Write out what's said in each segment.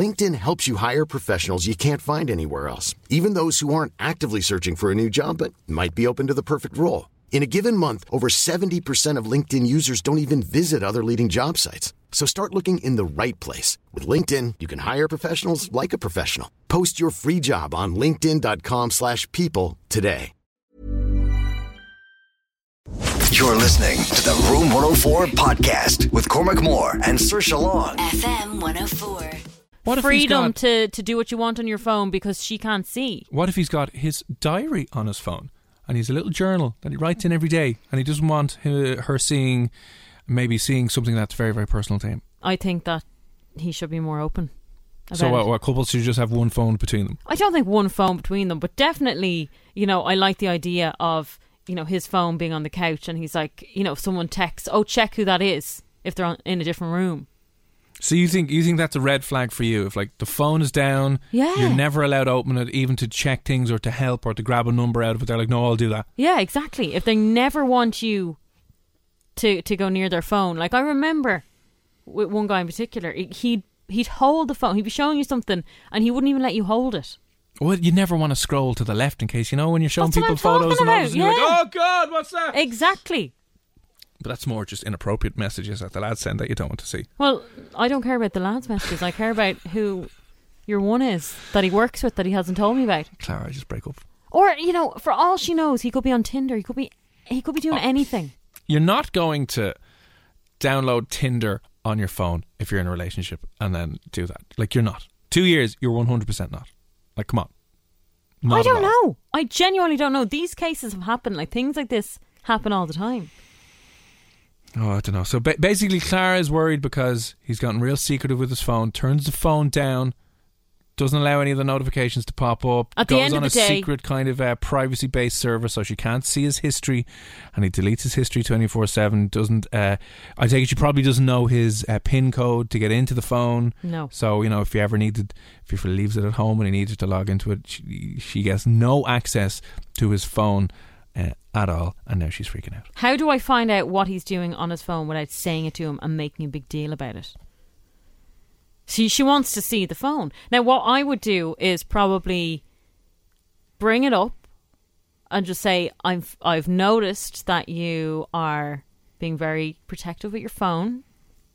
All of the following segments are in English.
LinkedIn helps you hire professionals you can't find anywhere else, even those who aren't actively searching for a new job but might be open to the perfect role. In a given month, over 70% of LinkedIn users don't even visit other leading job sites. So start looking in the right place. With LinkedIn, you can hire professionals like a professional. Post your free job on linkedin.com/people slash people today. You're listening to the Room 104 podcast with Cormac Moore and Sir Long. FM 104. What if he's freedom got, to, to do what you want on your phone because she can't see. What if he's got his diary on his phone and he's a little journal that he writes in every day and he doesn't want her, her seeing, maybe seeing something that's very, very personal to him? I think that he should be more open. so, about what, it. what couples should just have one phone between them? I don't think one phone between them, but definitely, you know, I like the idea of you know his phone being on the couch and he's like, you know, if someone texts, oh, check who that is if they're on, in a different room. So you think you think that's a red flag for you if like the phone is down, Yeah. you're never allowed to open it even to check things or to help or to grab a number out of it. They're like, no, I'll do that. Yeah, exactly. If they never want you to to go near their phone, like I remember with one guy in particular, he'd he'd hold the phone, he'd be showing you something, and he wouldn't even let you hold it. Well, you never want to scroll to the left in case you know when you're showing That's what people I'm photos talking and all this, and about, you're yeah. like, oh god, what's that? Exactly. But that's more just inappropriate messages that the lads send that you don't want to see. Well, I don't care about the lads' messages. I care about who your one is that he works with that he hasn't told me about. Clara, just break up. Or you know, for all she knows, he could be on Tinder. He could be he could be doing anything. You're not going to download Tinder on your phone if you're in a relationship and then do that. Like you're not. Two years, you're 100% not. Like, come on. Not I at don't all. know. I genuinely don't know. These cases have happened. Like things like this happen all the time. Oh, I don't know. So ba- basically, Clara is worried because he's gotten real secretive with his phone. Turns the phone down, doesn't allow any of the notifications to pop up. At the goes end of on the a day- secret kind of uh, privacy-based server, so she can't see his history, and he deletes his history twenty-four-seven. Doesn't. Uh, I take it she probably doesn't know his uh, PIN code to get into the phone. No. So you know, if you ever needed, if he leaves it at home and he needs her to log into it, she, she gets no access to his phone uh, at all, and now she's freaking out. How do I find out what he's doing on his phone without saying it to him and making a big deal about it? She she wants to see the phone. Now what I would do is probably bring it up and just say I'm f- I've noticed that you are being very protective with your phone.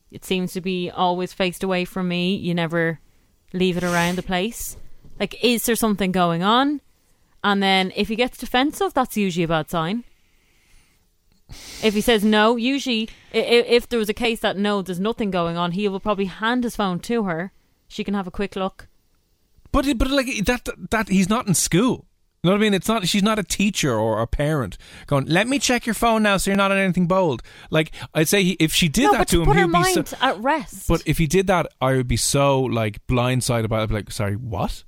It seems to be always faced away from me. You never leave it around the place. Like is there something going on? And then if he gets defensive, that's usually a bad sign. If he says no, usually i- i- if there was a case that no, there's nothing going on, he will probably hand his phone to her. She can have a quick look. But but like that that he's not in school. You know what I mean? It's not she's not a teacher or a parent going. Let me check your phone now, so you're not on anything bold. Like I'd say he, if she did no, that but to him, put he'd her be mind so. at rest. But if he did that, I would be so like blindsided by it. I'd be like, sorry, what?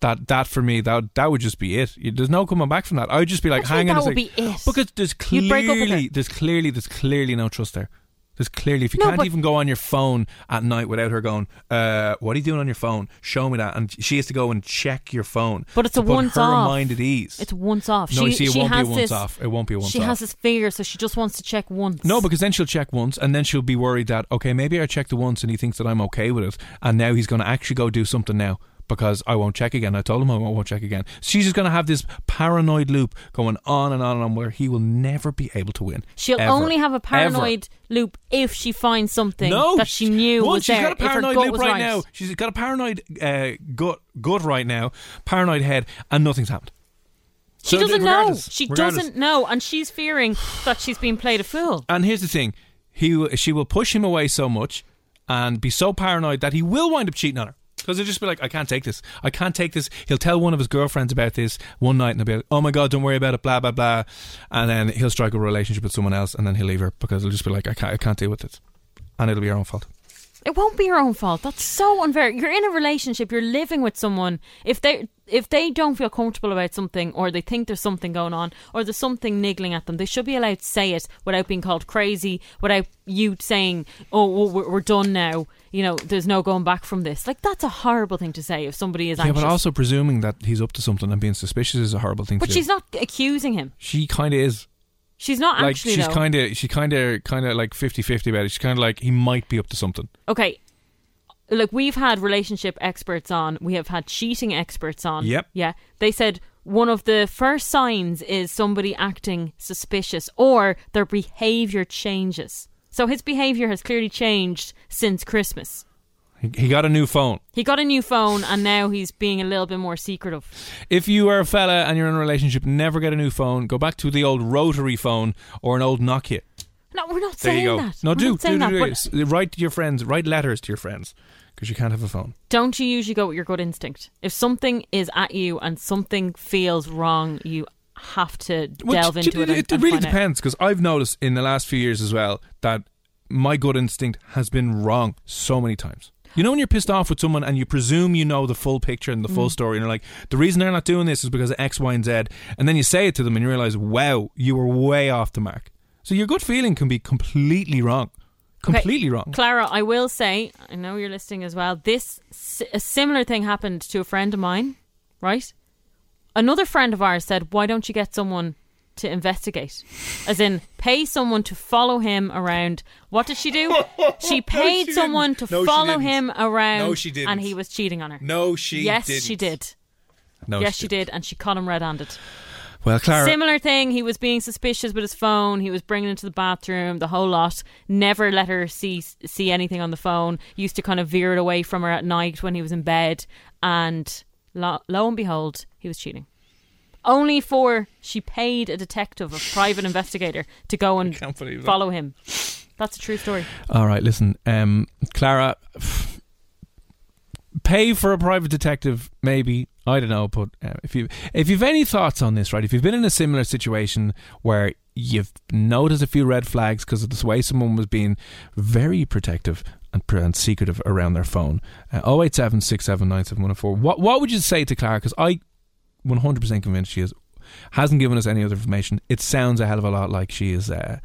That that for me that that would just be it. You- There's no coming back from that. I would just be like, What do you hang mean on a that would second. be it? Because there's You'd break up with clearly her. there's clearly there's clearly no trust there. There's clearly if you No, can't but- even go on your phone at night without her going, uh, what are you doing on your phone? Show me that, and she has to go and check your phone. But it's to a put once her off. mind at ease. it's once off. No, she, you see, it she won't be has a once this, off. It won't be a once She off. has this fear, so she just wants to check once. No, because then she'll check once, and then she'll be worried that okay, maybe I checked the once, and he thinks that I'm okay with it, and now he's going to actually go do something now because I won't check again. I told him I won't, won't check again. She's just going to have this paranoid loop going on and on and on, where he will never be able to win. she'll Ever. only have a Ever. paranoid loop if she finds something No, that she knew no, was she's there. got a if her paranoid gut loop was right, right now. She's got a paranoid uh, gut, gut right now, paranoid head, and nothing's happened. She So doesn't know. regardless- She regardless- doesn't know, and she's fearing that she's being played a fool. And here's the thing: he she will push him away so much and be so paranoid that he will wind up cheating on her. Because they'll just be like, I can't take this. I can't take this. He'll tell one of his girlfriends about this one night and they'll be like, oh my God, don't worry about it, blah, blah, blah. And then he'll strike a relationship with someone else and then he'll leave her because he'll just be like, I can't, I can't deal with it. And it'll be her own fault. It won't be your own fault. That's so unfair. You're in a relationship. You're living with someone. If they if they don't feel comfortable about something, or they think there's something going on, or there's something niggling at them, they should be allowed to say it without being called crazy, without you saying, "Oh, well, we're, we're done now." You know, there's no going back from this. Like that's a horrible thing to say if somebody is Yeah, anxious. but also presuming that he's up to something and being suspicious is a horrible thing But to she's do. not accusing him. She kind of is. She's not Like, actually. she's though. kind of, she kind of, kind of like 50 50 about it. She's kind of like, he might be up to something. okay like we've had relationship experts on we have had cheating experts on Yep. yeah they said one of the first signs is somebody acting suspicious or their behavior changes so his behavior has clearly changed since christmas He, he got a new phone. he got a new phone and now he's being a little bit more secretive If you are a fella and you're in a relationship, never get a new phone. Go back to the old rotary phone or an old Nokia. no we're not There saying you go. that No, do, We're not do, do, saying that, do. but S- Write to your friends. Write letters to your friends because you can't have a phone. don't you usually go with your gut instinct if something is at you and something feels wrong you have to delve Well, into it, and- It, and really find out. depends because I've noticed in the last few years as well that my gut instinct has been wrong so many times. You know when you're pissed off with someone and you presume you know the full picture and the Mm. full story, and you're like, the reason they're not doing this is because of X, Y, and Z, and then you say it to them and you realize, wow, you were way off the mark. So your gut feeling can be completely wrong, Okay, completely wrong. Clara, I will say, I know you're listening as well. This si- a similar thing happened to a friend of mine, right? Another friend of ours said, "Why don't you get someone to investigate?" As in, pay someone to follow him around. What did she do? she paid she someone didn't. to No, she follow didn't. him around. No, she didn't. And he was cheating on her. No, she yes, didn't. she did. No, yes, she did, and she caught him red-handed. Well, Clara, Similar thing. He was being suspicious with his phone. He was bringing it to the bathroom. The whole lot. Never let her see see anything on the phone. Used to kind of veer it away from her at night when he was in bed. And lo, lo and behold, he was cheating. Only for she paid a detective, a private investigator, to go and can't believe that. follow him. That's a true story. All right, listen, um, Clara, pay for a private detective, maybe. I don't know, but uh, if you if you've any thoughts on this, right? If you've been in a similar situation where you've noticed a few red flags because of the way someone was being very protective and, pr- and secretive around their phone, oh eight seven six seven nine seven one zero four. What what would you say to Clara? Because I one hundred percent convinced she is hasn't given us any other information. It sounds a hell of a lot like she is uh,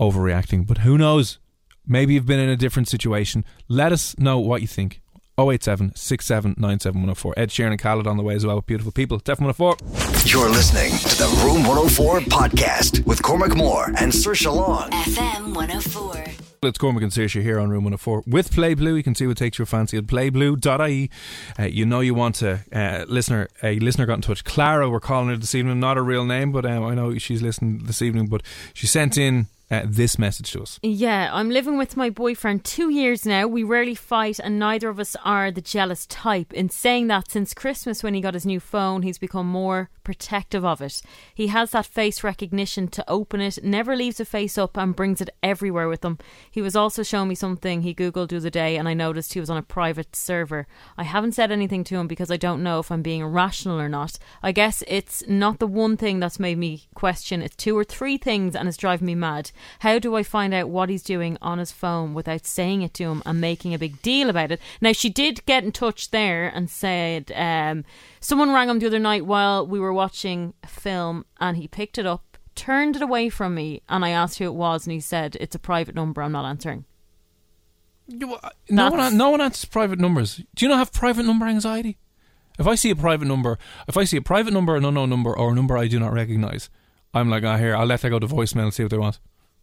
overreacting, but who knows? Maybe you've been in a different situation. Let us know what you think. 087 6797104. Ed Sheeran and Khaled on the way as well with beautiful people. oh Def 104. You're listening to the Room 104 podcast with Cormac Moore and Sir Long. FM 104. It's Cormac and Saoirse here on Room 104 with Play Blue. You can see what takes your fancy at playblue.ie. Uh, you know you want to. Uh, listener, a listener got in touch. Clara, we're calling her this evening. Not her real name, but um, I know she's listening this evening. But she sent in uh, this message to us. Yeah, I'm living with my boyfriend two years now. We rarely fight, and neither of us are the jealous type. In saying that, since Christmas, when he got his new phone, he's become more protective of it. He has that face recognition to open it, never leaves a face up, and brings it everywhere with him. He was also showing me something he Googled the other day, and I noticed he was on a private server. I haven't said anything to him because I don't know if I'm being irrational or not. I guess it's not the one thing that's made me question. It's two or three things and it's driving me mad. How do I find out what he's doing on his phone without saying it to him and making a big deal about it? Now, she did get in touch there and said um, someone rang him the other night while we were watching a film and he picked it up, turned it away from me, and I asked who it was and he said, It's a private number, I'm not answering. uh, No one, That's- an- no one answers private numbers. Do you not have private number anxiety? If I see a private number, if I see a private number, an unknown number, or a number I do not recognize, I'm like, ah, here, I'll let that go to voicemail and see what they want.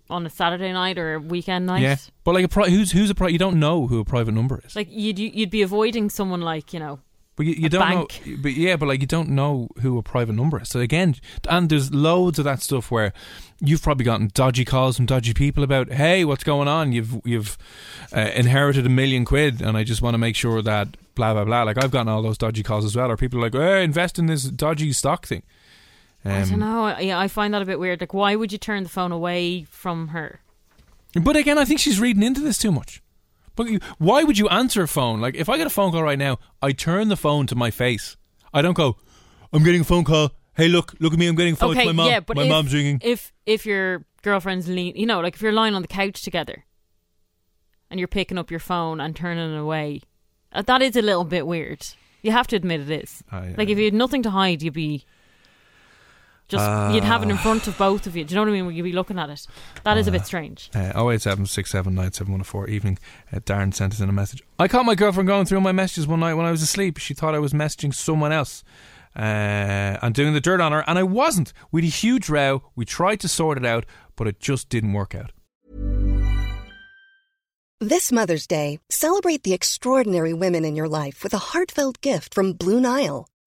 on On a Saturday night or a weekend night? Yeah, but like, a pri- who's who's a private? You don't know who a private number is. Like you'd you'd be avoiding someone like you know but you, you a don't bank. know. But yeah, but like, you don't know who a private number is. So again, and there's loads of that stuff where you've probably gotten dodgy calls from dodgy people about, hey, what's going on? You've you've uh, inherited a million quid, and I just want to make sure that blah blah blah. Like I've gotten all those dodgy calls as well, or people are like, hey, invest in this dodgy stock thing. I don't Um, know. I- Yeah, I find that a bit weird. Like, why would you turn the phone away from her? But again, I think she's reading into this too much. But you- why would you answer a phone? Like, if I get a phone call right now, I turn the phone to my face. I don't go, I'm getting a phone call. Hey, look, look at me. I'm getting a phone. okay, it's my mom. yeah, but my if, mom's ringing. If if your girlfriend's lean, you know, like if you're lying on the couch together, and you're picking up your phone and turning it away, uh, that is a little bit weird. You have to admit it is. Ah, yeah. Like if you had nothing to hide, you'd be just you'd have it in front of both of you. Do you know what I mean? You'd be looking at it. That is a bit strange. Uh, 0876797104 evening. Uh, Darren sent us in a message. I caught my girlfriend going through my messages one night when I was asleep. She thought I was messaging someone else uh, and doing the dirt on her, and I wasn't. We had a huge row. We tried to sort it out, but it just didn't work out. This Mother's Day, celebrate the extraordinary women in your life with a heartfelt gift from Blue Nile.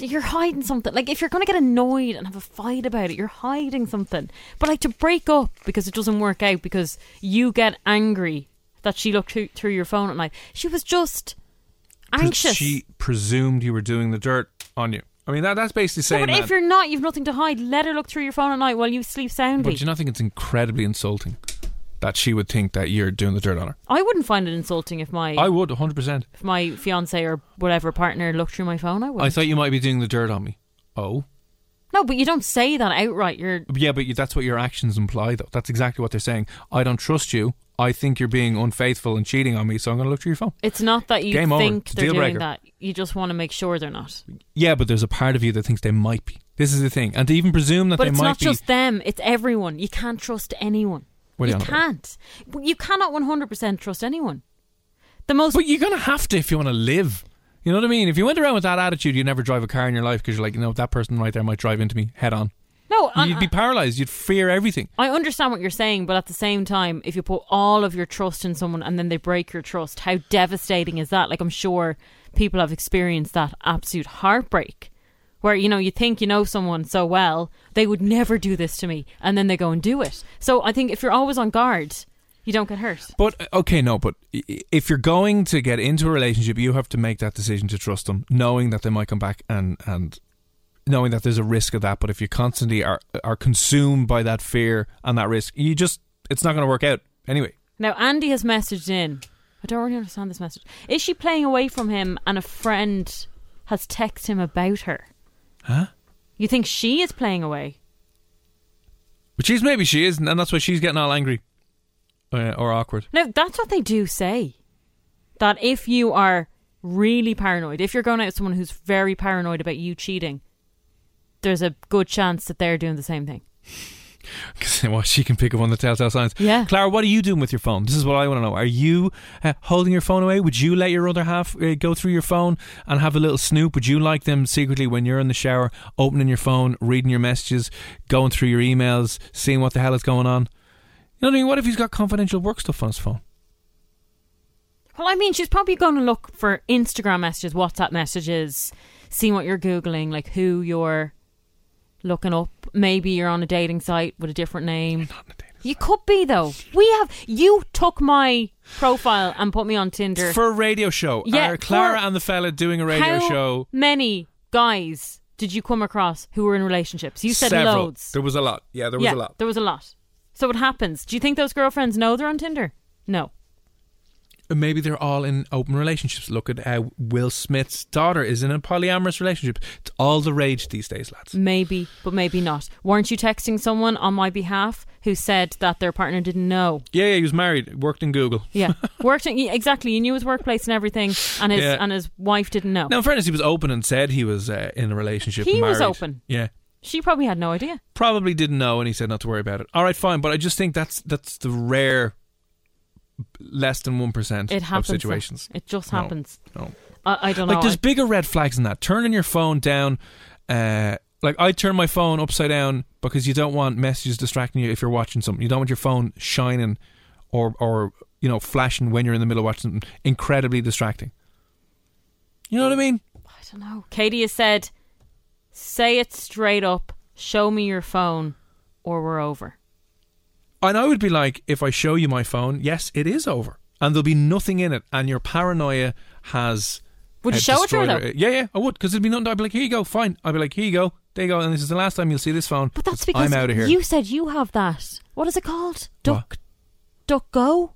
You're hiding something. Like if you're going to get annoyed and have a fight about it, you're hiding something. But like to break up because it doesn't work out because you get angry that she looked through, through your phone at night. She was just Pre- anxious. She presumed you were doing the dirt on you. I mean, that, that's basically No, saying but that. if you're not, you've nothing to hide. Let her look through your phone at night while you sleep soundly. but do you not think it's incredibly insulting that she would think that you're doing the dirt on her? I wouldn't find it insulting if my I would, 100%. if my fiance or whatever partner looked through my phone. I would. I thought you might be doing the dirt on me. Oh. no, but you don't say that outright. You're Yeah, but you- that's what your actions imply, though. That's exactly what they're saying. I don't trust you. I think you're being unfaithful and cheating on me, so I'm going to look through your phone. It's not that you Game over. think It's a they're deal doing breaker. that. You just want to make sure they're not. Yeah, but there's a part of you that thinks they might be. This is the thing. And to even presume that But they it's might not be. just them; it's everyone. You can't trust anyone. What are you you on about? can't. You cannot one hundred percent trust anyone. The most But you're going to have to if you want to live. You know what I mean? If you went around with that attitude, you'd never drive a car in your life because you're like, no, that person right there might drive into me head on. no. and- You'd be paralyzed. You'd fear everything. I understand what you're saying, but at the same time, if you put all of your trust in someone and then they break your trust, how devastating is that? Like, I'm sure people have experienced that absolute heartbreak where, you know, you think you know someone so well, they would never do this to me, and then they go and do it. So I think if you're always on guard, you don't get hurt. But uh, okay, no. But i- i- if you're going to get into a relationship, you have to make that decision to trust them, knowing that they might come back and and knowing that there's a risk of that. But if you constantly are are consumed by that fear and that risk, you just it's not going to work out anyway. Now, Andy has messaged in. I don't really understand this message. Is she playing away from him and a friend has texted him about her? Huh? You think she is playing away? Which is maybe she is, and that's why she's getting all angry uh, or awkward. No, that's what they do say. That if you are really paranoid, if you're going out with someone who's very paranoid about you cheating, there's a good chance that they're doing the same thing. Because well, she can pick up on the telltale signs. Yeah. Clara, what are you doing with your phone? This is what I want to know. Are you uh, holding your phone away? Would you let your other half uh, go through your phone and have a little snoop? Would you like them secretly when you're in the shower, opening your phone, reading your messages, going through your emails, seeing what the hell is going on? You know what I mean? What if he's got confidential work stuff on his phone? Well, I mean, she's probably going to look for Instagram messages, WhatsApp messages, seeing what you're Googling, like who you're looking up. Maybe you're on a dating site with a different name. you could be though. We have you took my profile and put me on Tinder. For a radio show. Yeah, Are Clara for- and the fella doing a radio How show? Many guys did you come across who were in relationships? You said Several. loads. There was a lot. Yeah, there was yeah, a lot. There was a lot. So what happens? Do you think those girlfriends know they're on Tinder? No. And maybe they're all in open relationships. Look at how Will Smith's daughter is in a polyamorous relationship. It's all the rage these days, lads. Maybe, but maybe not. Weren't you texting someone on my behalf who said that their partner didn't know? Yeah, yeah, he was married, worked in Google. Yeah, worked in, yeah, exactly. You knew his workplace and everything, and his Yeah. and his wife didn't know. Now, in fairness, he was open and said he was uh, in a relationship. He was married. open. Yeah. She probably had no idea. Probably didn't know, and he said not to worry about it. All right, fine, but I just think that's that's the rare, less than one percent It of happens. though. situations. Oh. It just No, happens. no. I, I don't like know. there's I- bigger red flags than that. Turning your phone down, uh, like I turn my phone upside down because you don't want messages distracting you if you're watching something. You don't want your phone shining, or or you know flashing when you're in the middle of watching something. Incredibly distracting. You know what I mean? I don't know. Katie has said, "Say it straight up. Show me your phone, or we're over." And I would be like, if I show you my phone, yes, it is over, and there'll be nothing in it, and your paranoia has. uh, Would you show it to her, destroyed though? Yeah, yeah, I would, because it'd be nothing. I'd be like, here you go, fine. I'd be like, here you go, there you go, and this is the last time you'll see this phone. But that's because I'm out of here. you said you have that. What is it called? What? Duck, duck, go.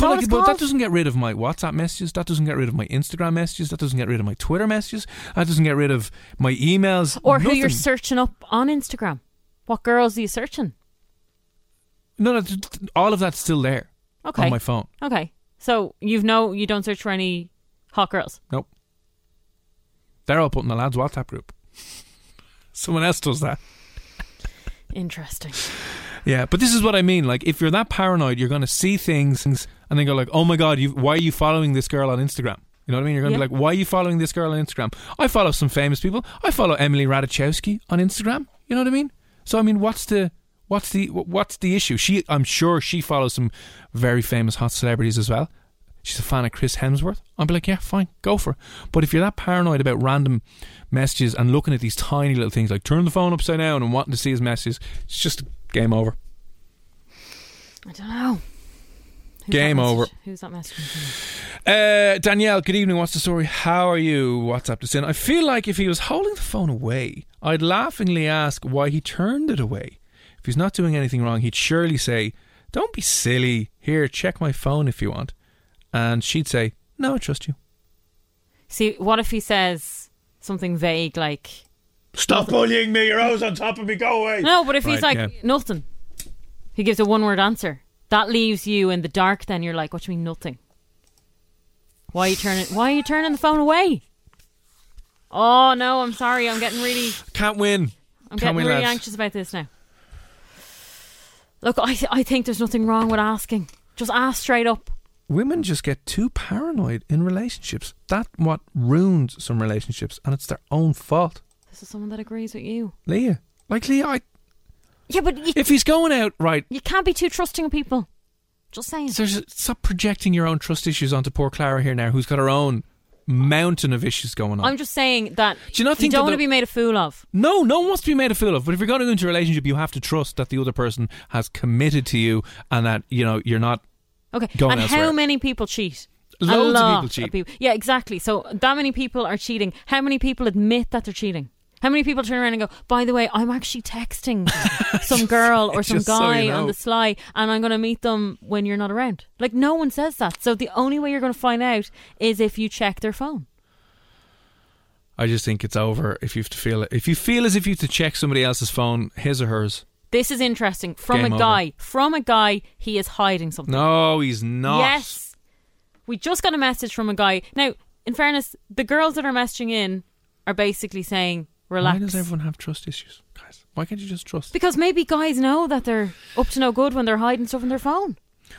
but, that like, what it's but that called? doesn't get rid of my WhatsApp messages. That doesn't get rid of my Instagram messages. That doesn't get rid of my Twitter messages. That doesn't get rid of my emails. Or who you're nothing. searching up on Instagram? What girls are you searching? no, no, th- th- all of that's still there Okay. on my phone. Okay. So you've no you don't search for any hot girls. Nope, they're all put in the lads' WhatsApp group. Someone else does that. Interesting. Yeah, but this is what I mean. Like, if you're that paranoid, you're going to see things and then go like, "Oh my god, you, why are you following this girl on Instagram?" You know what I mean? You're going to Yeah. be like, "Why are you following this girl on Instagram?" I follow some famous people. I follow Emily Ratajkowski on Instagram. You know what I mean? So I mean, what's the what's the wh- what's the issue? She, I'm sure she follows some very famous hot celebrities as well. She's a fan of Chris Hemsworth. I'd be like, yeah, fine, go for it. But if you're that paranoid about random messages and looking at these tiny little things like turn the phone upside down and wanting to see his messages, it's just game over. I don't know. Who's Game that message- over. Who's that message? Uh, Danielle, good evening. What's the story? How are you? What's up to sin? I feel like if he was holding the phone away, I'd laughingly ask why he turned it away. If he's not doing anything wrong, he'd surely say, Don't be silly. Here, check my phone if you want. And she'd say, No, I trust you. See, what if he says something vague like Stop bullying me. Your O's on top of me. Go away. No, but if he's Right, like yeah. nothing. He gives a one word answer. That leaves you in the dark then you're like, What do you mean nothing? Why are you turning why are you turning the phone away? Oh no, I'm sorry, I'm getting really Can't win. I'm Can getting we, really lads? anxious about this now. Look, I, th- I think there's nothing wrong with asking. Just ask straight up. Women just get too paranoid in relationships. That what ruins some relationships, and it's their own fault. This is someone that agrees with you. Leah, like Leah, I, Yeah, but you, if he's going out right, you can't be too trusting of people. Just saying. So s- stop projecting your own trust issues onto poor Clara here now, who's got her own mountain of issues going on. I'm just saying that Do you not think that don't want the- to be made a fool of. no, no one wants to be made a fool of. But if you're going to go into a relationship, you have to trust that the other person has committed to you and that you know you're not. Okay. Going and elsewhere. how many people cheat? Loads a of people lot cheat. Yeah, exactly. So that many people are cheating. How many people admit that they're cheating? How many people turn around and go, by the way, I'm actually texting some girl or some Just so you guy on know. the sly and I'm going to meet them when you're not around? Like, no one says that. So the only way you're going to find out is if you check their phone. I just think it's over if you have to feel if you feel as if you have to check somebody else's phone, his or hers. This is interesting. From Game a over. guy, from a guy, he is hiding something. No, he's not. Yes. We just got a message from a guy. Now, in fairness, the girls that are messaging in are basically saying, relax. Why does everyone have trust issues, guys? Why can't you just trust? because maybe guys know that they're up to no good when they're hiding stuff in their phone.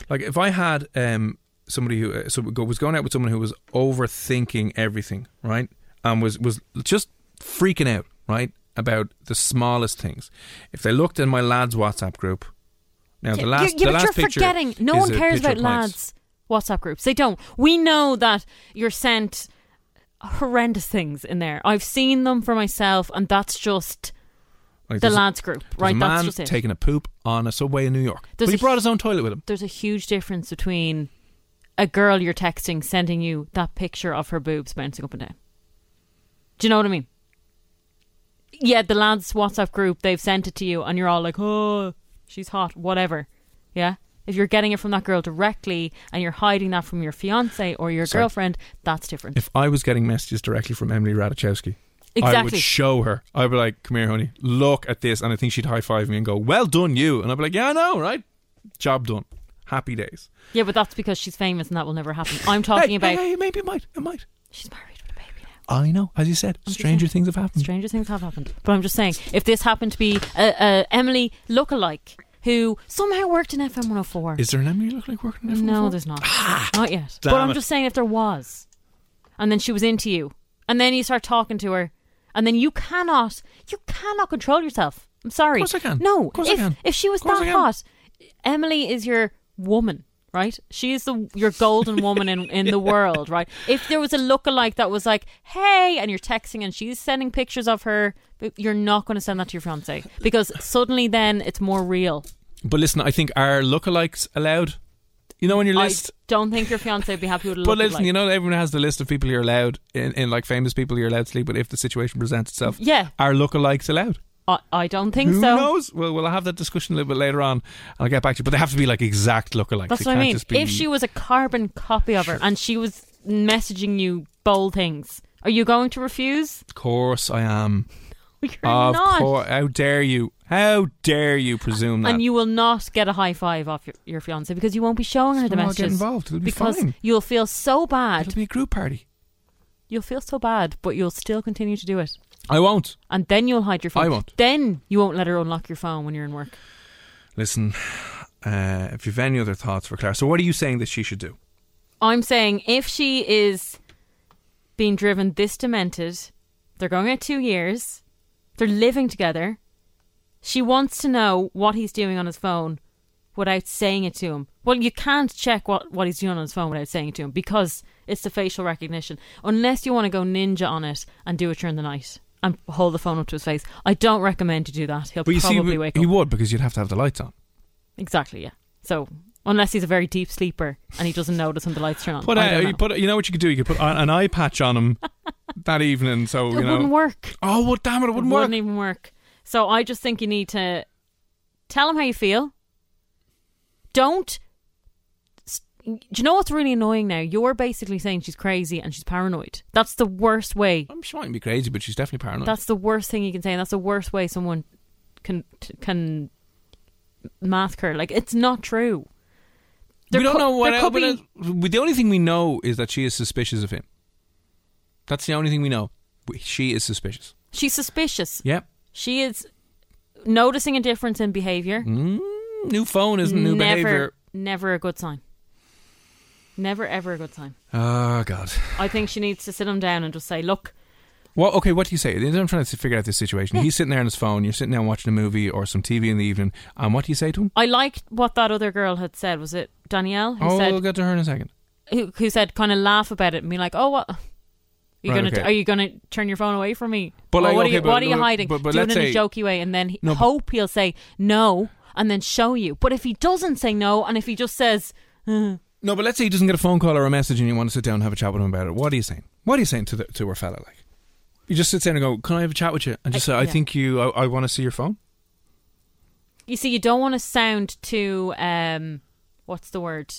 Like if I had um somebody who uh, so go- was going out with someone who was overthinking everything, right, and was was just freaking out, right, about the smallest things. If they looked in my lads' WhatsApp group, now the Yeah, last yeah, yeah, the but last you're picture forgetting. No is one a cares picture about of pints. lads' WhatsApp groups. They don't. We know that you're sent horrendous things in there. I've seen them for myself, and that's just Like The there's a- lads group, there's right, A that's man just it. taking a poop on a subway in New York, There's but he a brought hu- his own toilet with him. There's a huge difference between a girl you're texting sending you that picture of her boobs bouncing up and down. Do you know what I mean? Yeah, the lads WhatsApp group, they've sent it to you and you're all like, "Oh, she's hot, whatever." Yeah? If you're getting it from that girl directly and you're hiding that from your fiance or your Sorry. girlfriend, that's different. If I was getting messages directly from Emily Ratajkowski, I would Exactly. show her. I'd be like, "Come here, honey, look at this," and I think she'd high five me and go, "Well done, you." And I'd be like, "Yeah, I know, right? Job done. Happy days." yeah, but that's because she's famous and that will never happen. I'm talking Hey, about hey, hey, maybe it might. It might. She's married with a baby now. I know, as you said, just stranger saying. things have happened. Stranger things have happened. But I'm just saying, if this happened to be a, a Emily lookalike who somehow worked in FM 104. Is there an Emily look like working? in No, 104? there's not. not yet. Damn but I'm it. just saying, if there was, and then she was into you, and then you start talking to her, and then you cannot, you cannot control yourself. I'm sorry. Of course I can. No, Of course I if can. if she was Of course that I can. hot, Emily is your woman. Right, she is the your golden woman in, in the world. Right, if there was a lookalike that was like, "Hey," and you're texting and she's sending pictures of her, but you're not going to send that to your fiance because suddenly then it's more real. But listen, I think are lookalikes allowed? You know, on your list. I don't think your fiance would be happy with a lookalike. But listen, you know, everyone has the list of people you're allowed in, in like famous people you're allowed to sleep with if the situation presents itself. Yeah. Are lookalikes allowed? I, I don't think Who so. knows? Well, we'll have that discussion a little bit later on. and I'll get back to you. But they have to be like exact lookalikes. That's They what I can't mean. just be- If she was a carbon copy of her and she was messaging you bold things, are you going to refuse? Of course I am. You're of not. course. How dare you? How dare you presume that? And you will not get a high five off your, your fiance because you won't be showing her She the won't messages. get involved. It'll be because fine. you'll feel so bad. It'll be a group party. You'll feel so bad, but you'll still continue to do it. I won't. And then you'll hide your phone. I won't. Then you won't let her unlock your phone when you're in work. Listen, uh, if you've any other thoughts for Claire, so what are you saying that she should do? I'm saying if she is being driven this demented, they're going out two years, they're living together. She wants to know what he's doing on his phone without saying it to him. Well, you can't check what, what he's doing on his phone without saying it to him because it's the facial recognition. Unless you want to go ninja on it and do it during the night and hold the phone up to his face. I don't recommend you do that. He'll But you see, probably w- wake he up. would because you'd have to have the lights on. Exactly, yeah. So, unless he's a very deep sleeper and he doesn't notice when the lights turn on. Put, I a, don't you know. put, a- you know what you could do? You could put an, an eye patch on him that evening. So It you know, wouldn't work. Oh, well, damn it, it wouldn't it work. wouldn't even work. So I just think you need to tell him how you feel. Don't. s- Do you know what's really annoying now? You're basically saying she's crazy and she's paranoid. That's the worst way. I'm she mightn't be crazy, but she's definitely paranoid. That's the worst thing you can say, and that's the worst way someone can t- can mask her. Like it's not true. There we don't cou- know what there el- could what be- el- we- The only thing we know is that she is suspicious of him. That's the only thing we know. We- She is suspicious. She's suspicious. Yep. She is noticing a difference in behavior. Mm, new phone isn't new never, behavior. Never a good sign. Never ever a good sign. Oh God. I think she needs to sit him down and just say, "Look, Well, okay, what do you say? I'm trying to figure out this situation. He's sitting there on his phone. You're sitting there watching a movie or some TV in the evening. And what do you say to him? I liked what that other girl had said. Was it Danielle who oh, said we'll get to her in a second. who, who said kind of laugh about it and be like, "Oh, what? Are you Right, gonna okay. are you gonna turn your phone away from me? But Or like, what okay, are you but- what are you but- hiding? but- but Do it let's in a say- jokey way, and then he- No, but- hope he'll say no, and then show you. But if he doesn't say no, and if he just says, "Uh, No, but let's say he doesn't get a phone call or a message, and you want to sit down and have a chat with him about it. What are you saying? What are you saying to the, to her fella? Like, you just sit there and go, "Can I have a chat with you?" And just I- say, "I yeah. think you, I, I want to see your phone." you see, you don't want to sound too um, what's the word?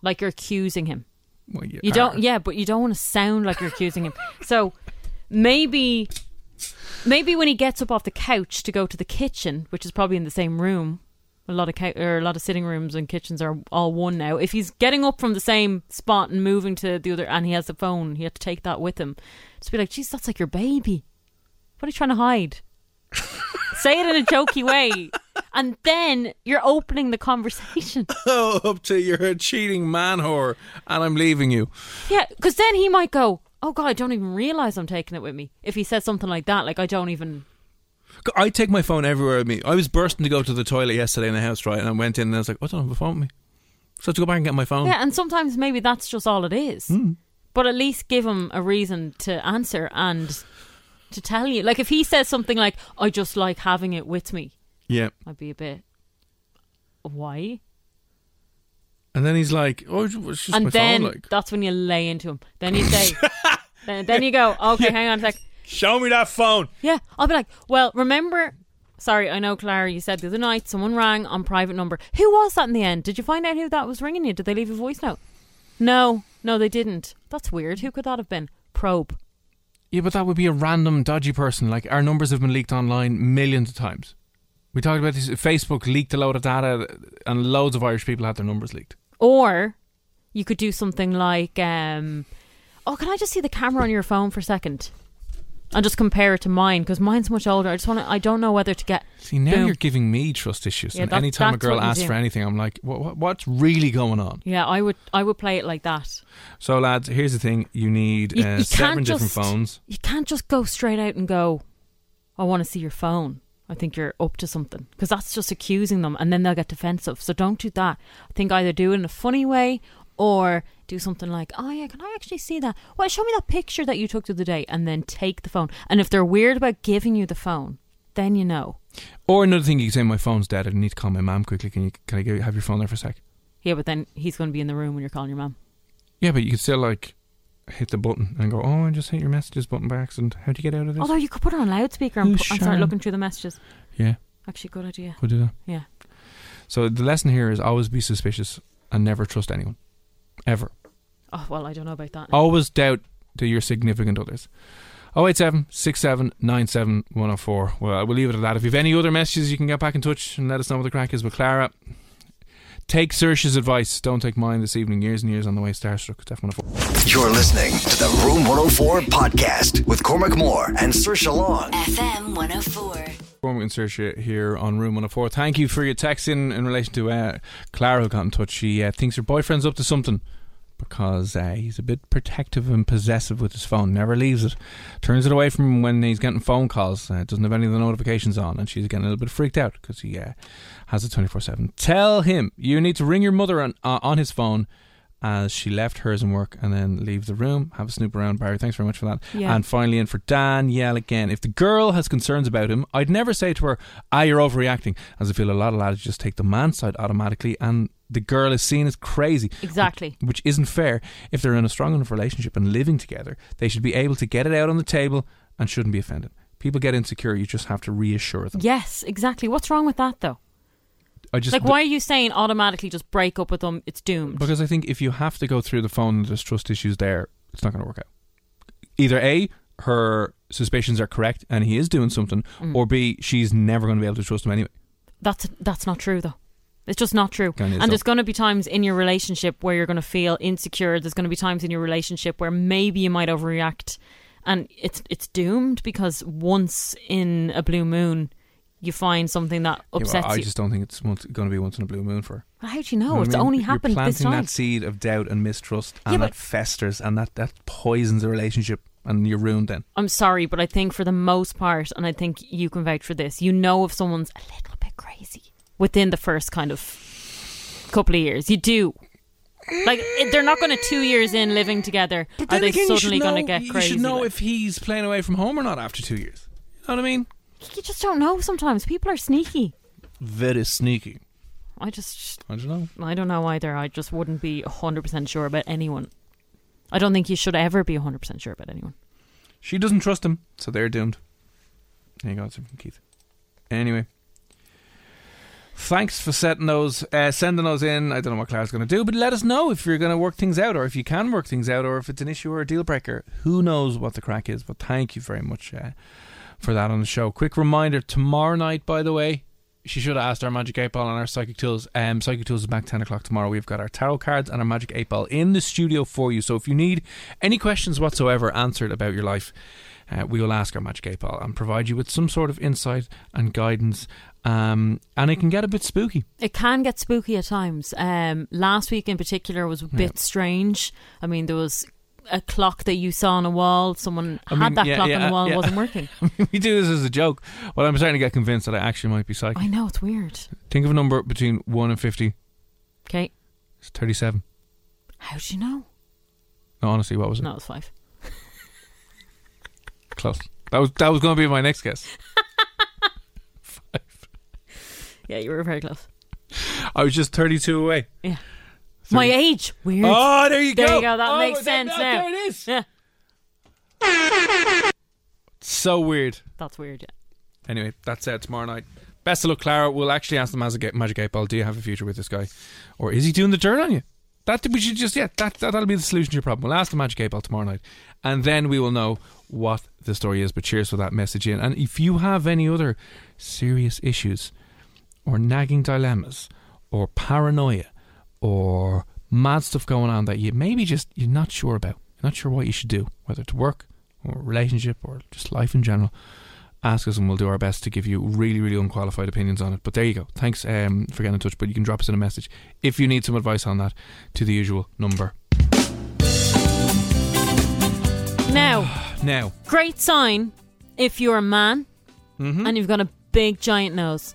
Like you're accusing him." Well, uh, you, You don't, yeah, but you don't want to sound like you're accusing him. So maybe, maybe when he gets up off the couch to go to the kitchen, which is probably in the same room, a lot of cou- or a lot of sitting rooms and kitchens are all one now. If he's getting up from the same spot and moving to the other, and he has the phone, he had to take that with him. Just be like, "Geez, that's like your baby. What are you trying to hide?" Say it in a jokey way, and then you're opening the conversation. Oh, up to you're a cheating man whore, and I'm leaving you. Yeah, because then he might go, "Oh God, I don't even realize I'm taking it with me." If he says something like that, like I don't even. I take my phone everywhere with me. I was bursting to go to the toilet yesterday in the house, right? And I went in and I was like, "I don't have a phone with me," so I have to go back and get my phone. Yeah, and sometimes maybe that's just all it is. But at least give him a reason to answer and to tell you. Like if he says something like, "I just like having it with me," Yeah. I'd be a bit. Why? And then he's like, oh, it's just my and then phone. Like, that's when you lay into him. Then you say, then, then you go, okay, hang on a sec. show me that phone. Yeah, I'll be like, well, remember? Sorry, I know, Clara. You said the other night someone rang on private number. Who was that in the end? Did you find out who that was ringing you? Did they leave a voice note? No, no, they didn't. That's weird. Who could that have been? Probe. Yeah, but that would be a random dodgy person. Like our numbers have been leaked online millions of times. We talked about this. Facebook leaked a load of data, and loads of Irish people had their numbers leaked. Or you could do something like, um, oh, can I just see the camera on your phone for a second? And just compare it to mine because mine's much older. I just want to. I don't know whether to get. See, now Boom. you're giving me trust issues. Yeah, and that- anytime a that's girl what you asks do. for anything, I'm like, what, what, what's really going on? Yeah, I would. I would play it like that. So, lads, here's the thing: you need You, uh, you seven can't different just, phones. You can't just go straight out and go. I want to see your phone. I think you're up to something because that's just accusing them, and then they'll get defensive. So don't do that. I think either do it in a funny way or do something like, "Oh yeah, can I actually see that? Well, show me that picture that you took the other day," and then take the phone. And if they're weird about giving you the phone, then you know. Or another thing, you can say, "My phone's dead. I need to call my mom quickly. Can you can I give, have your phone there for a sec?" Yeah, but then he's going to be in the room when you're calling your mum. Yeah, but you could still like hit the button and go, "Oh, I just hit your messages button by accident. How do you get out of this?" Although you could put it on loudspeaker and, Who's put, and Sharon? start looking through the messages. yeah, Actually, good idea. could do that. Yeah. So the lesson here is always be suspicious and never trust anyone, ever. Oh well, I don't know about that. Always doubt to your significant others. 087 67 97 104. Well, we'll leave it at that. If you have any other messages, you can get back in touch and let us know what the crack is with Clara. Take Saoirse's advice. Don't take mine this evening. Years and years on the way. Starstruck. It's F104. You're listening to the Room 104 podcast with Cormac Moore and Sir Long. FM 104. Cormac and Saoirse here on Room 104. Thank you for your text in, in relation to uh, Clara who got in touch. She uh, thinks her boyfriend's up to something because uh, he's a bit protective and possessive with his phone. Never leaves it. Turns it away from him when he's getting phone calls. Uh, doesn't have any of the notifications on. And she's getting a little bit freaked out because he uh, has it 24 7. Tell him you need to ring your mother on, uh, on his phone. As she left hers in work and then leave the room, have a snoop around. Barry, thanks very much for that. Yeah. And finally, in for Dan, yell again. If the girl has concerns about him, I'd never say to her, "Ah, you're overreacting," as I feel a lot of lads just take the man's side automatically, and the girl is seen as crazy Exactly. which isn't fair. If they're in a strong enough relationship and living together, they should be able to get it out on the table and shouldn't be offended. People get insecure, you just have to reassure them. Yes, exactly. What's wrong with that though? I just like, why are you saying automatically just break up with them? It's doomed. Because I think if you have to go through the phone and there's trust issues there, it's not going to work out. Either A, her suspicions are correct and he is doing something, Mm. or B, she's never going to be able to trust him anyway. That's that's not true though. It's just not true. Kind of and is, there's though. going to be times in your relationship where you're going to feel insecure. There's going to be times in your relationship where maybe you might overreact, and it's it's doomed because once in a blue moon, you find something that Yeah, well, upsets I you. just don't think it's going to be once in a blue moon for her. But How do you know? what I it's mean? only You're happened planting this time. that seed of doubt and mistrust, and Yeah, but- that festers, and that, that poisons the relationship, and you're ruined then. I'm sorry, but I think for the most part, and I think you can vouch for this, you know if someone's a little bit crazy within the first kind of couple of years. You do. Like it- they're not going to two years in living together are they suddenly going to get crazy? You should know like. if he's playing away from home or not after two years. You know what I mean? you just don't know. Sometimes people are sneaky. Very sneaky. I just I don't know. I don't know either. I just wouldn't be hundred percent sure about anyone. I don't think you should ever be hundred percent sure about anyone. She doesn't trust him, so they're doomed. There you go, it's from Keith. Anyway. Thanks for setting those, uh, sending those in. I don't know what Clara's going to do, but let us know if you're going to work things out, or if you can work things out, or if it's an issue or a deal breaker. Who knows what the crack is? But thank you very much uh, for that on the show. Quick reminder: tomorrow night, by the way, she should have asked our magic eight ball and our psychic tools. Um, psychic tools is back ten o'clock tomorrow. We've got our tarot cards and our magic eight ball in the studio for you. So if you need any questions whatsoever answered about your life, uh, we will ask our magic eight ball and provide you with some sort of insight and guidance. Um, and it can get a bit spooky. It can get spooky at times. Um, last week in particular was a bit Yeah. strange. I mean, there was a clock that you saw on a wall. Someone I had mean, that yeah, clock on yeah, the wall yeah. and wasn't working. we do this as a joke, but I'm starting to get convinced that I actually might be psychic. I know it's weird. Think of a number between one and fifty. Okay, It's thirty-seven. how do you know? No, honestly, what was it? No, it's five. Close. That was that was going to be my next guess. Yeah, you were very close. I was just 32 away. Yeah. My age. Weird. Oh, there you There go. you go. That Oh, makes that- sense that- now. there it is. Yeah. So weird. That's weird, yeah. Anyway, that's out tomorrow night. Best of luck, Clara. We'll actually ask the Magic Magic Eight Ball. Do you have a future with this guy, or is he doing the turn on you? That we should just yeah. That, that that'll be the solution to your problem. We'll ask the Magic Eight Ball tomorrow night, and then we will know what the story is. But cheers for that message in. And if you have any other serious issues, or nagging dilemmas, or paranoia, or mad stuff going on that you maybe just you're not sure about, you're not sure what you should do, whether it's work or relationship or just life in general ask us and we'll do our best to give you really, really unqualified opinions on it. But there you go. Thanks um, for getting in touch. But you can drop us in a message if you need some advice on that to the usual number. Now, Now, great sign if you're a man Mm-hmm. and you've got a big giant nose.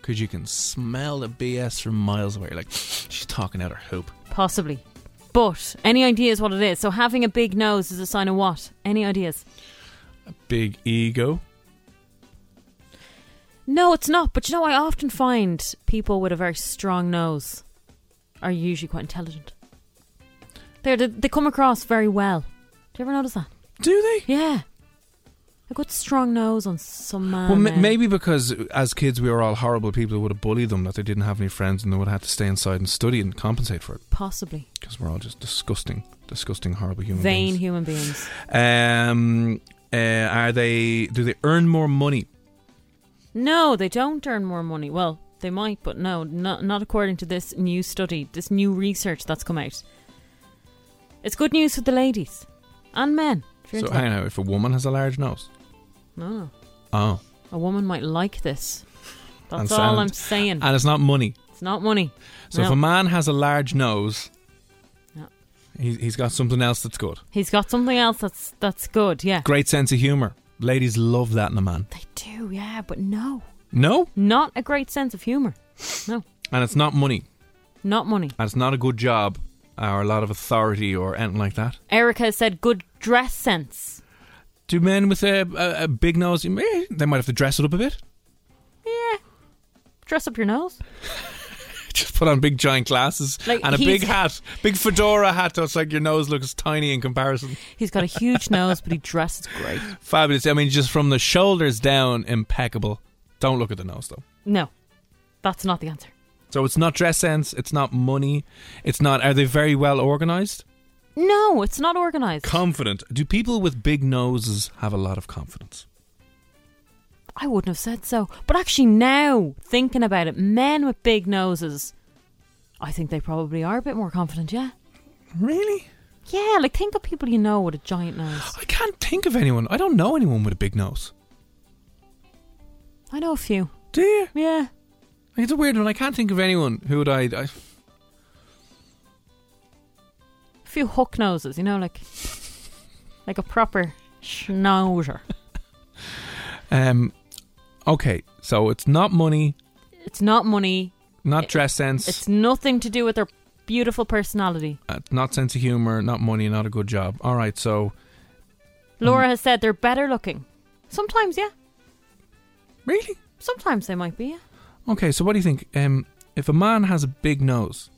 because you can smell the BS from miles away. You're like, she's talking out her hoop. Possibly. But any ideas what it is? So having a big nose is a sign of what? Any ideas? Big ego. No, it's not. But you know, I often find people with a very strong nose are usually quite intelligent. They're, they they come across very well. Do you ever notice that? Do they? Yeah. A good strong nose on some man. well, men. m- maybe because as kids we were all horrible people who would have bullied them, that they didn't have any friends and they would have had to stay inside and study and compensate for it. Possibly. Because we're all just disgusting, disgusting, horrible human Vain beings. human beings. Um, uh, are they? Do they earn more money? No, they don't earn more money. Well, they might, but no, not, not according to this new study, this new research that's come out. It's good news for the ladies and men. if you're So into that. hang on. If a woman has a large nose, No, no. oh, A woman might like this. That's And all sound. I'm saying. and it's not money. it's not money. So No. if a man has a large nose, No. he, he's got something else that's good. He's got something else that's that's good, yeah. Great sense of humor. Ladies love that in a man. They do, yeah, but no. No, Not a great sense of humour. No. and it's not money, Not money. and it's not a good job or a lot of authority or anything like that. Erica said good dress sense. Do men with a, a, a big nose? eh, They might have to dress it up a bit. Yeah. Dress up your nose. Just put on big giant glasses Like, and a he's- big hat, big fedora hat. So it's like your nose looks tiny in comparison. He's got a huge nose, but he dresses great. Fabulous. I mean, just from the shoulders down, impeccable. Don't look at the nose though. No, that's not the answer. So it's not dress sense. It's not money. It's not. Are they very well organized? No, it's not organized. Confident. Do people with big noses have a lot of confidence? I wouldn't have said so. But actually, now thinking about it, men with big noses, I think they probably are a bit more confident. Yeah, Really? yeah. Like think of people you know with a giant nose. I can't think of anyone. I don't know anyone with a big nose. I know a few. Do you? Yeah, Like, it's a weird one. I can't think of anyone who would I. I a few hook noses. You know, like like a proper schnauzer. um. Okay, so it's not money, It's not money. not It- dress sense. It's nothing to do with their beautiful personality. Uh, not sense of humor, not money, not a good job. All right, so Laura has said they're better looking. Sometimes, yeah. really, Sometimes they might be. Yeah. okay. So what do you think? Um, if a man has a big nose,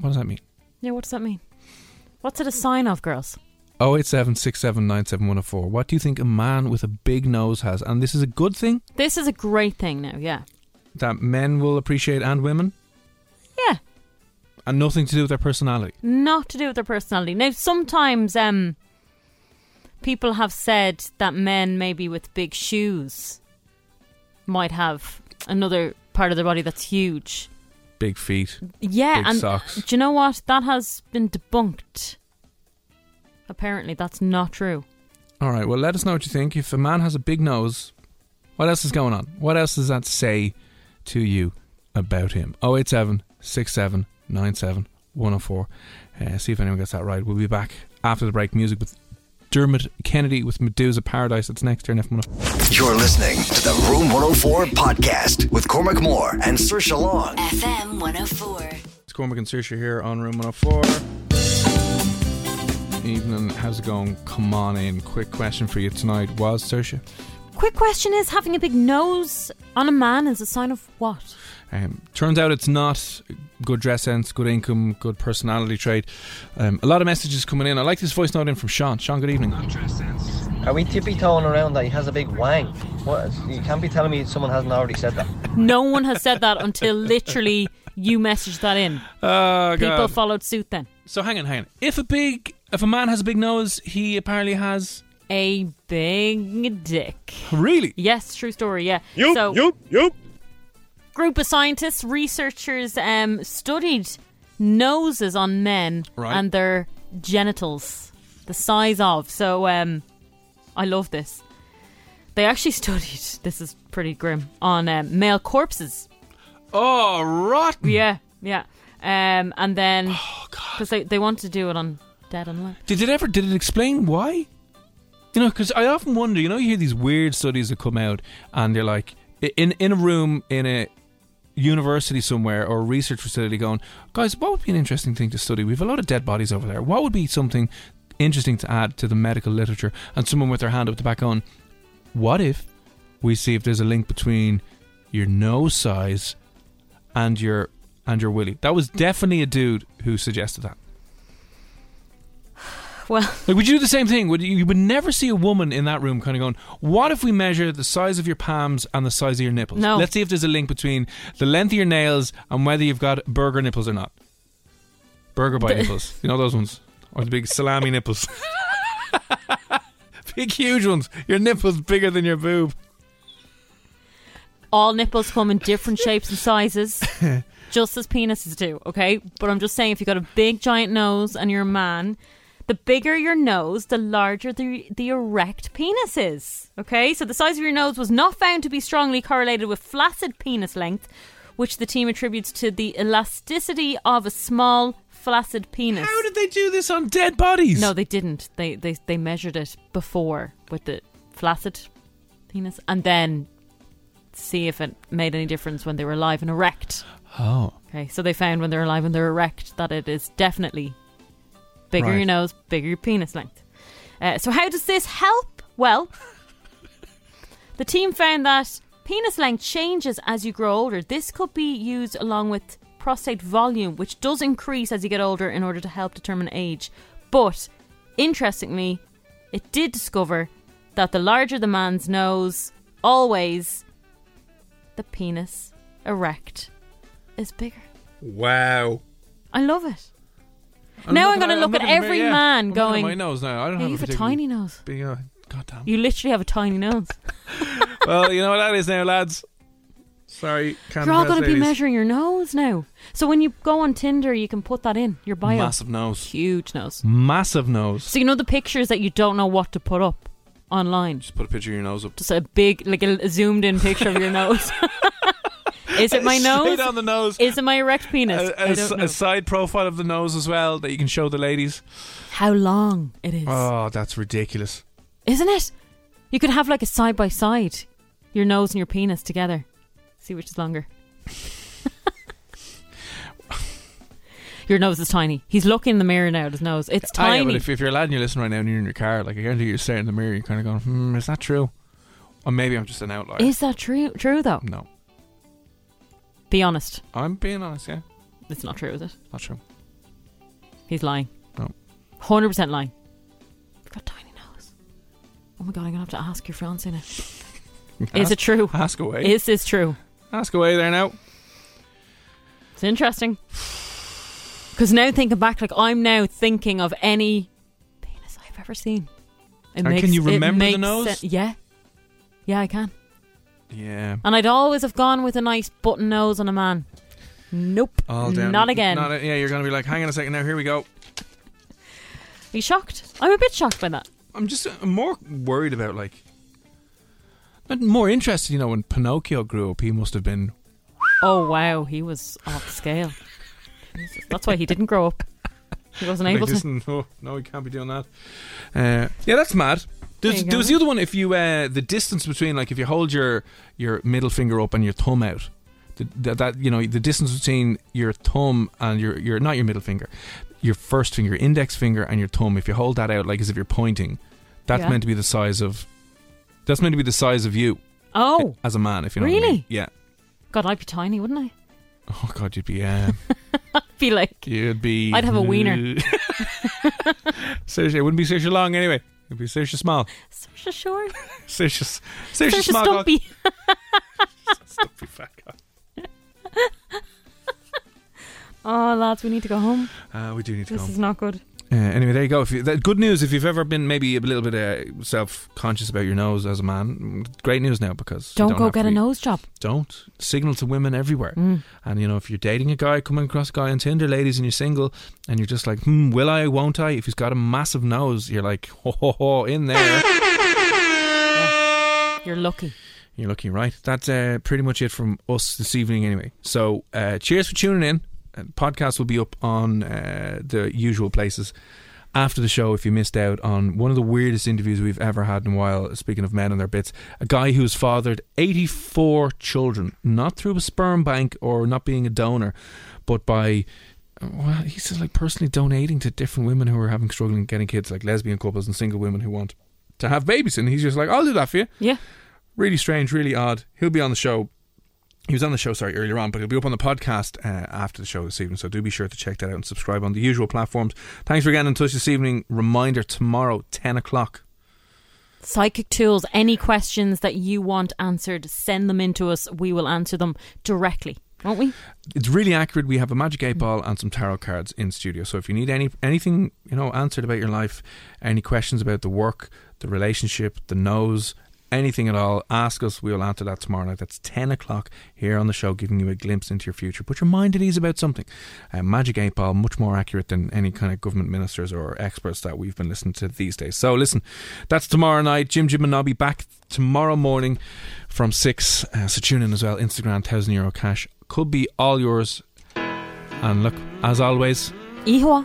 what does that mean? Yeah, what does that mean? What's it a sign of, girls? Oh eight seven six seven nine seven one zero four. What do you think a man with a big nose has? And this is a good thing This is a great thing now, yeah. that men will appreciate and women, Yeah. and nothing to do with their personality. Not to do with their personality. Now sometimes um people have said that men maybe with big shoes might have another part of their body that's huge. Big feet. Yeah, Big and socks. do you know what? That has been debunked. Apparently that's not true. All right. Well, let us know what you think. If a man has a big nose, what else is going on? What else does that say to you about him? 087 67 97 104. Uh, see if anyone gets that right. We'll be back after the break. Music with Dermot Kennedy with Medusa Paradise. It's next here on F104. You're listening to the Room 104 podcast with Cormac Moore and Sir Long. FM 104. It's Cormac and Saoirse here on Room 104. Evening, how's it going? Come on in. Quick question for you tonight. Was Sersha? Quick question is having a big nose on a man is a sign of what? Um, turns out it's not good dress sense, good income, good personality trait. Um, a lot of messages coming in. I like this voice note in from Sean. Sean, good evening. Are we tippy toeing around that he has a big wang? What? You can't be telling me someone hasn't already said that. No one has said that until literally you messaged that in. Oh, God. People followed suit then. So hang on, hang on. If a big, if a man has a big nose, he apparently has. A big dick. Really? Yes, true story, yeah. Yup, so, yup, yup. Group of scientists, researchers um, studied noses on men Right. and their genitals, the size of. So um, I love this. They actually studied, this is pretty grim, on um, male corpses. Oh, rotten. Yeah, yeah. Um, and then, because they, they want to do it on dead and alive. Did it ever? Did it explain why? You know, because I often wonder. You know, you hear these weird studies that come out, and they're like i- in in a room in a university somewhere or a research facility, going, guys, what would be an interesting thing to study? We've a lot of dead bodies over there. What would be something interesting to add to the medical literature? And someone with their hand up the back on, what if we see if there's a link between your nose size and your and your willy? That was definitely a dude who suggested that. Well, Like, would you do the same thing? Would you, you would never see a woman in that room kind of going, "What if we measure the size of your palms and the size of your nipples? No. Let's see if there's a link between the length of your nails and whether you've got burger nipples or not. Burger bite The- nipples, you know those ones, or the big salami nipples, big huge ones. Your nipples bigger than your boob. all nipples come in different shapes and sizes, just as penises do, okay? But I'm just saying, if you've got a big, giant nose and you're a man, the bigger your nose, the larger the, the erect penis is, okay? So the size of your nose was not found to be strongly correlated with flaccid penis length, which the team attributes to the elasticity of a small, flaccid penis. How did they do this on dead bodies? No, they didn't. They, they, they measured it before with the flaccid penis and then see if it made any difference when they were alive and erect. Oh, Okay, so they found when they're alive and they're erect that it is definitely bigger Right. your nose, bigger your penis length. Uh, so, how does this help? Well, the team found that penis length changes as you grow older. This could be used along with prostate volume, which does increase as you get older in order to help determine age. But interestingly, it did discover that the larger the man's nose, always the penis erect is bigger. wow. I love it. now I'm going to look at every man going. my nose now. I don't "Yeah, have, you have a particularly tiny nose. big eye." You literally have a tiny nose. well, you know what that is now, lads. Sorry, can't You're all impress going to be ladies. measuring your nose now. So when you go on Tinder, you can put that in your bio. Massive nose. Huge nose. Massive nose. So you know the pictures that you don't know what to put up online. Just put a picture of your nose up. Just a big, like a zoomed in picture of your nose. Is it my Straight nose? on the nose. Is it my erect penis? A, I a don't s- know. a side profile of the nose as well that you can show the ladies. How long it is. Oh, that's ridiculous. Isn't it? You could have like a side by side, your nose and your penis together. See which is longer. your nose is tiny. He's looking in the mirror now at his nose. It's Ah, yeah, tiny. but if, if you're a lad and you're listening right now and you're in your car, like I guarantee you're staring in the mirror, you're kind of going, hmm, is that true? Or maybe I'm just an outlier. is that true? True though. No. Be honest. I'm being honest, yeah. It's not true, is it? Not true. He's lying. No. Hundred percent lying. You've got a tiny nose. Oh my god, I'm gonna have to ask your fiance now. Is Ask- it true? Ask away. Is this true? Ask away there now. It's interesting. Because now thinking back, like I'm now thinking of any penis I've ever seen. And can you it remember the makes nose? sen- yeah, yeah, I can. Yeah. And I'd always have gone with a nice button nose on a man. Nope, All down. not again. Not a- yeah, you're going to be like, hang on a second now, here we go. Are you shocked? I'm a bit shocked by that. I'm just I'm more worried about like. But more interested, you know, when Pinocchio grew up, he must have been. Oh wow, he was off scale. Jesus, That's why he didn't grow up. He wasn't like, able to. "Listen, no, no, he can't be doing that. Uh, yeah, that's mad. There's, There you there go. was the other one. If you uh, the distance between, like, if you hold your your middle finger up and your thumb out, the, that, that you know the distance between your thumb and your your not your middle finger, your first finger, your index finger, and your thumb. If you hold that out like as if you're pointing, that's Yeah. meant to be the size of. That's meant to be the size of you Oh, as a man. If you know What I mean. Really? Yeah. God, I'd be tiny, wouldn't I? Oh God, you'd be. Uh, Be like, you'd be. I'd have a wiener. Seriously, it wouldn't be seriously long anyway. It'd be seriously small. such a short, Seriously, seriously such a small. God. stumpy. stumpy fat guy. Oh, lads, we need to go home. Uh, we do need to This go. is not good. Uh, anyway, there you go. If you, that, good news if you've ever been maybe a little bit uh, self-conscious about your nose as a man. Great news now because you Don't, go have to get a be- nose job. Don't signal to women everywhere. Mm. And you know, if you're dating a guy, coming across a guy on Tinder, ladies, and you're single, and you're just like, hmm, will I? Won't I? If he's got a massive nose, you're like, ho ho ho, in there. You're lucky. You're lucky, right? That's uh, pretty much it from us this evening, anyway. So, uh, cheers for tuning in. Uh, Podcast will be up on uh, the usual places after the show. If you missed out on one of the weirdest interviews we've ever had in a while, speaking of men and their bits, a guy who's fathered 84 children, not through a sperm bank or not being a donor, but by well, he says like personally donating to different women who are having struggling getting kids, like lesbian couples and single women who want to have babies, and he's just like, I'll do that for you. Yeah. Really strange, really odd. He'll be on the show. He was on the show, sorry, earlier on, but he'll be up on the podcast uh, after the show this evening. So do be sure to check that out and subscribe on the usual platforms. Thanks for getting in touch this evening. Reminder tomorrow, 10 o'clock. Psychic tools. Any questions that you want answered, send them in to us. We will answer them directly, won't we? It's really accurate. We have a magic eight ball and some tarot cards in studio. So if you need any anything, you know, answered about your life, any questions about the work, the relationship, the nose, anything at all, ask us. We will answer that tomorrow night. That's ten o'clock here on the show, giving you a glimpse into your future. Put your mind at ease about something. Uh, magic eight ball, much more accurate than any kind of government ministers or experts that we've been listening to these days. So listen, that's tomorrow night. Jim Jim and Nobby back tomorrow morning from six. Uh, so tune in as well. Instagram thousand euro cash could be all yours. And look, as always, Ihua.